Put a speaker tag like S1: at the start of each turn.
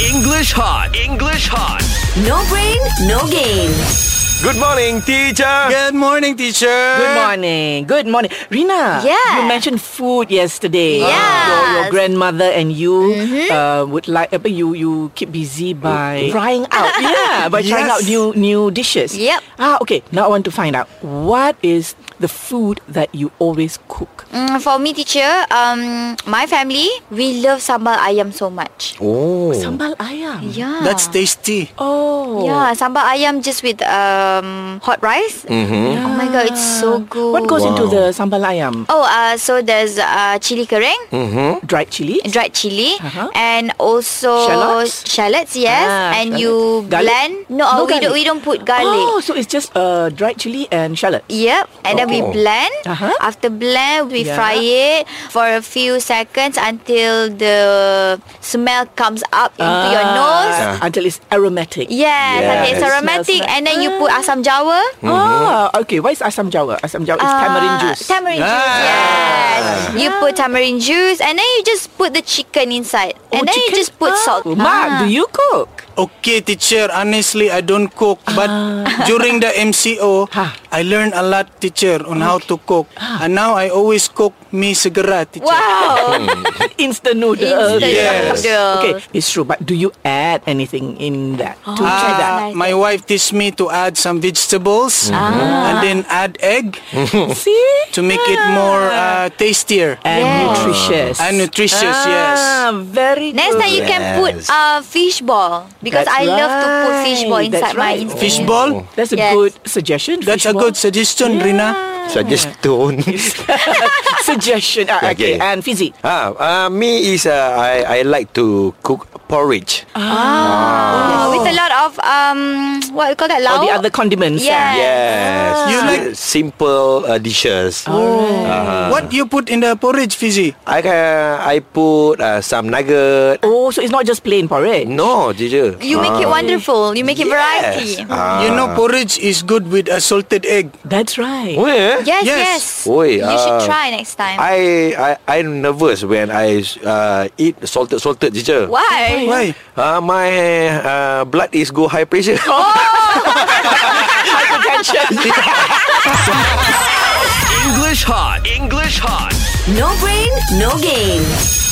S1: English hot. English hot.
S2: No brain, no game.
S3: Good morning, teacher.
S4: Good morning, teacher.
S5: Good morning. Good morning. Rina,
S2: Yeah.
S5: you mentioned food yesterday.
S2: Yes. Mm-hmm.
S5: Your, your grandmother and you uh, would like uh, but you you keep busy by trying out. yeah, by trying out
S4: Yes.
S5: new new dishes.
S2: Yep.
S5: Ah, okay. Now I want to find out what is the food that you always cook?
S2: Mm, for me, teacher, um, my family, we love sambal ayam so much.
S3: Oh.
S5: Sambal ayam.
S2: Yeah.
S4: That's tasty.
S5: Oh.
S2: Yeah, sambal ayam just with um, hot rice.
S3: Mm.
S2: Mm-hmm. Oh my god, it's so good.
S5: What goes into the sambal ayam?
S2: Oh, uh, so there's uh, chili kering,
S3: Mm.
S5: Dried chili?
S2: dried chili,
S5: Uh-huh.
S2: and also
S5: Shallots?
S2: shallots, yes.
S5: Ah,
S2: and
S5: shallots.
S2: you
S5: Garlic?
S2: blend. No, uh,
S5: No
S2: we don't.
S5: garlic.
S2: We don't put garlic.
S5: Oh, so it's just uh, dried chili and shallot.
S2: Yep, and then we
S3: Oh.
S2: blend.
S5: Uh-huh.
S2: After blend, we
S5: Yeah.
S2: fry it for a few seconds until the smell comes up into your
S5: Ah,
S2: nose.
S5: until it's aromatic.
S2: Yes,
S3: Yes.
S2: until it's
S3: It smells
S2: aromatic,
S5: like-
S2: and then you put asam jawa. Mm-hmm.
S5: Ah, okay. What is asam jawa? Asam jawa is tamarind
S2: Uh,
S5: juice.
S2: Tamarind juice, yes. You put tamarind juice, and then you just put the chicken inside, and then you just
S5: Ah.
S2: put salt.
S5: Oh,
S2: Ah.
S5: Ma, do you cook?
S4: Okay, teacher. Honestly, I don't cook, but
S2: Ah.
S4: during the MCO,
S5: Ha.
S4: E I learned a lot, teacher, on how to cook. And now I always cook me segera, teacher.
S2: Wow.
S5: Instant noodles.
S2: Instant
S4: Yes.
S2: noodles.
S5: Okay, it's true. But do you add anything in that
S2: Oh,
S5: to
S4: Ah,
S5: try that?
S4: my wife teach me to add some vegetables and then add egg
S5: See? Ah.
S4: to make it more uh, tastier
S5: and
S2: Yeah.
S5: nutritious.
S4: and nutritious.
S5: ah,
S4: Yes.
S5: Very
S2: Next
S5: good.
S2: time you can put
S3: Yes.
S2: uh, fish ball because I
S5: That's
S2: love to put
S5: right,
S2: fish ball
S5: that's
S2: inside
S5: right.
S2: my instant.
S4: Fish ball.
S5: That's a
S2: Yes.
S5: good suggestion.
S4: That's a
S5: Fishball.
S4: good suggestion, Rina.
S3: Suggestion.
S5: suggestion. Ah, okay.
S3: Okay.
S5: and fizzy.
S3: ah, uh, me is uh, I I like to cook porridge.
S2: Ah. Uh, with a lot of um, what we call that,
S5: All
S2: lau.
S5: the other condiments. ah.
S2: Yeah.
S3: Yes.
S4: You
S3: Si-
S4: like-
S3: simple uh, dishes. Uh-huh.
S4: What you put in the porridge, Fizzy?
S3: I uh, I put uh, some nugget.
S5: Oh, so it's not just plain porridge.
S3: No, Ah. teacher.
S2: You make it wonderful. You make it variety.
S3: Yes. Ah.
S4: You know, porridge is good with a salted egg.
S5: That's right.
S3: Oh, yeah?
S2: Yes, yes.
S4: Yes.
S3: Oi,
S2: you should
S3: ah.
S2: try next time.
S3: I I I'm nervous when I uh, eat salted salted teacher.
S2: Why?
S4: Why?
S3: Uh, my uh, blood is go high pressure.
S1: English hot. English hot.
S2: No brain, no game.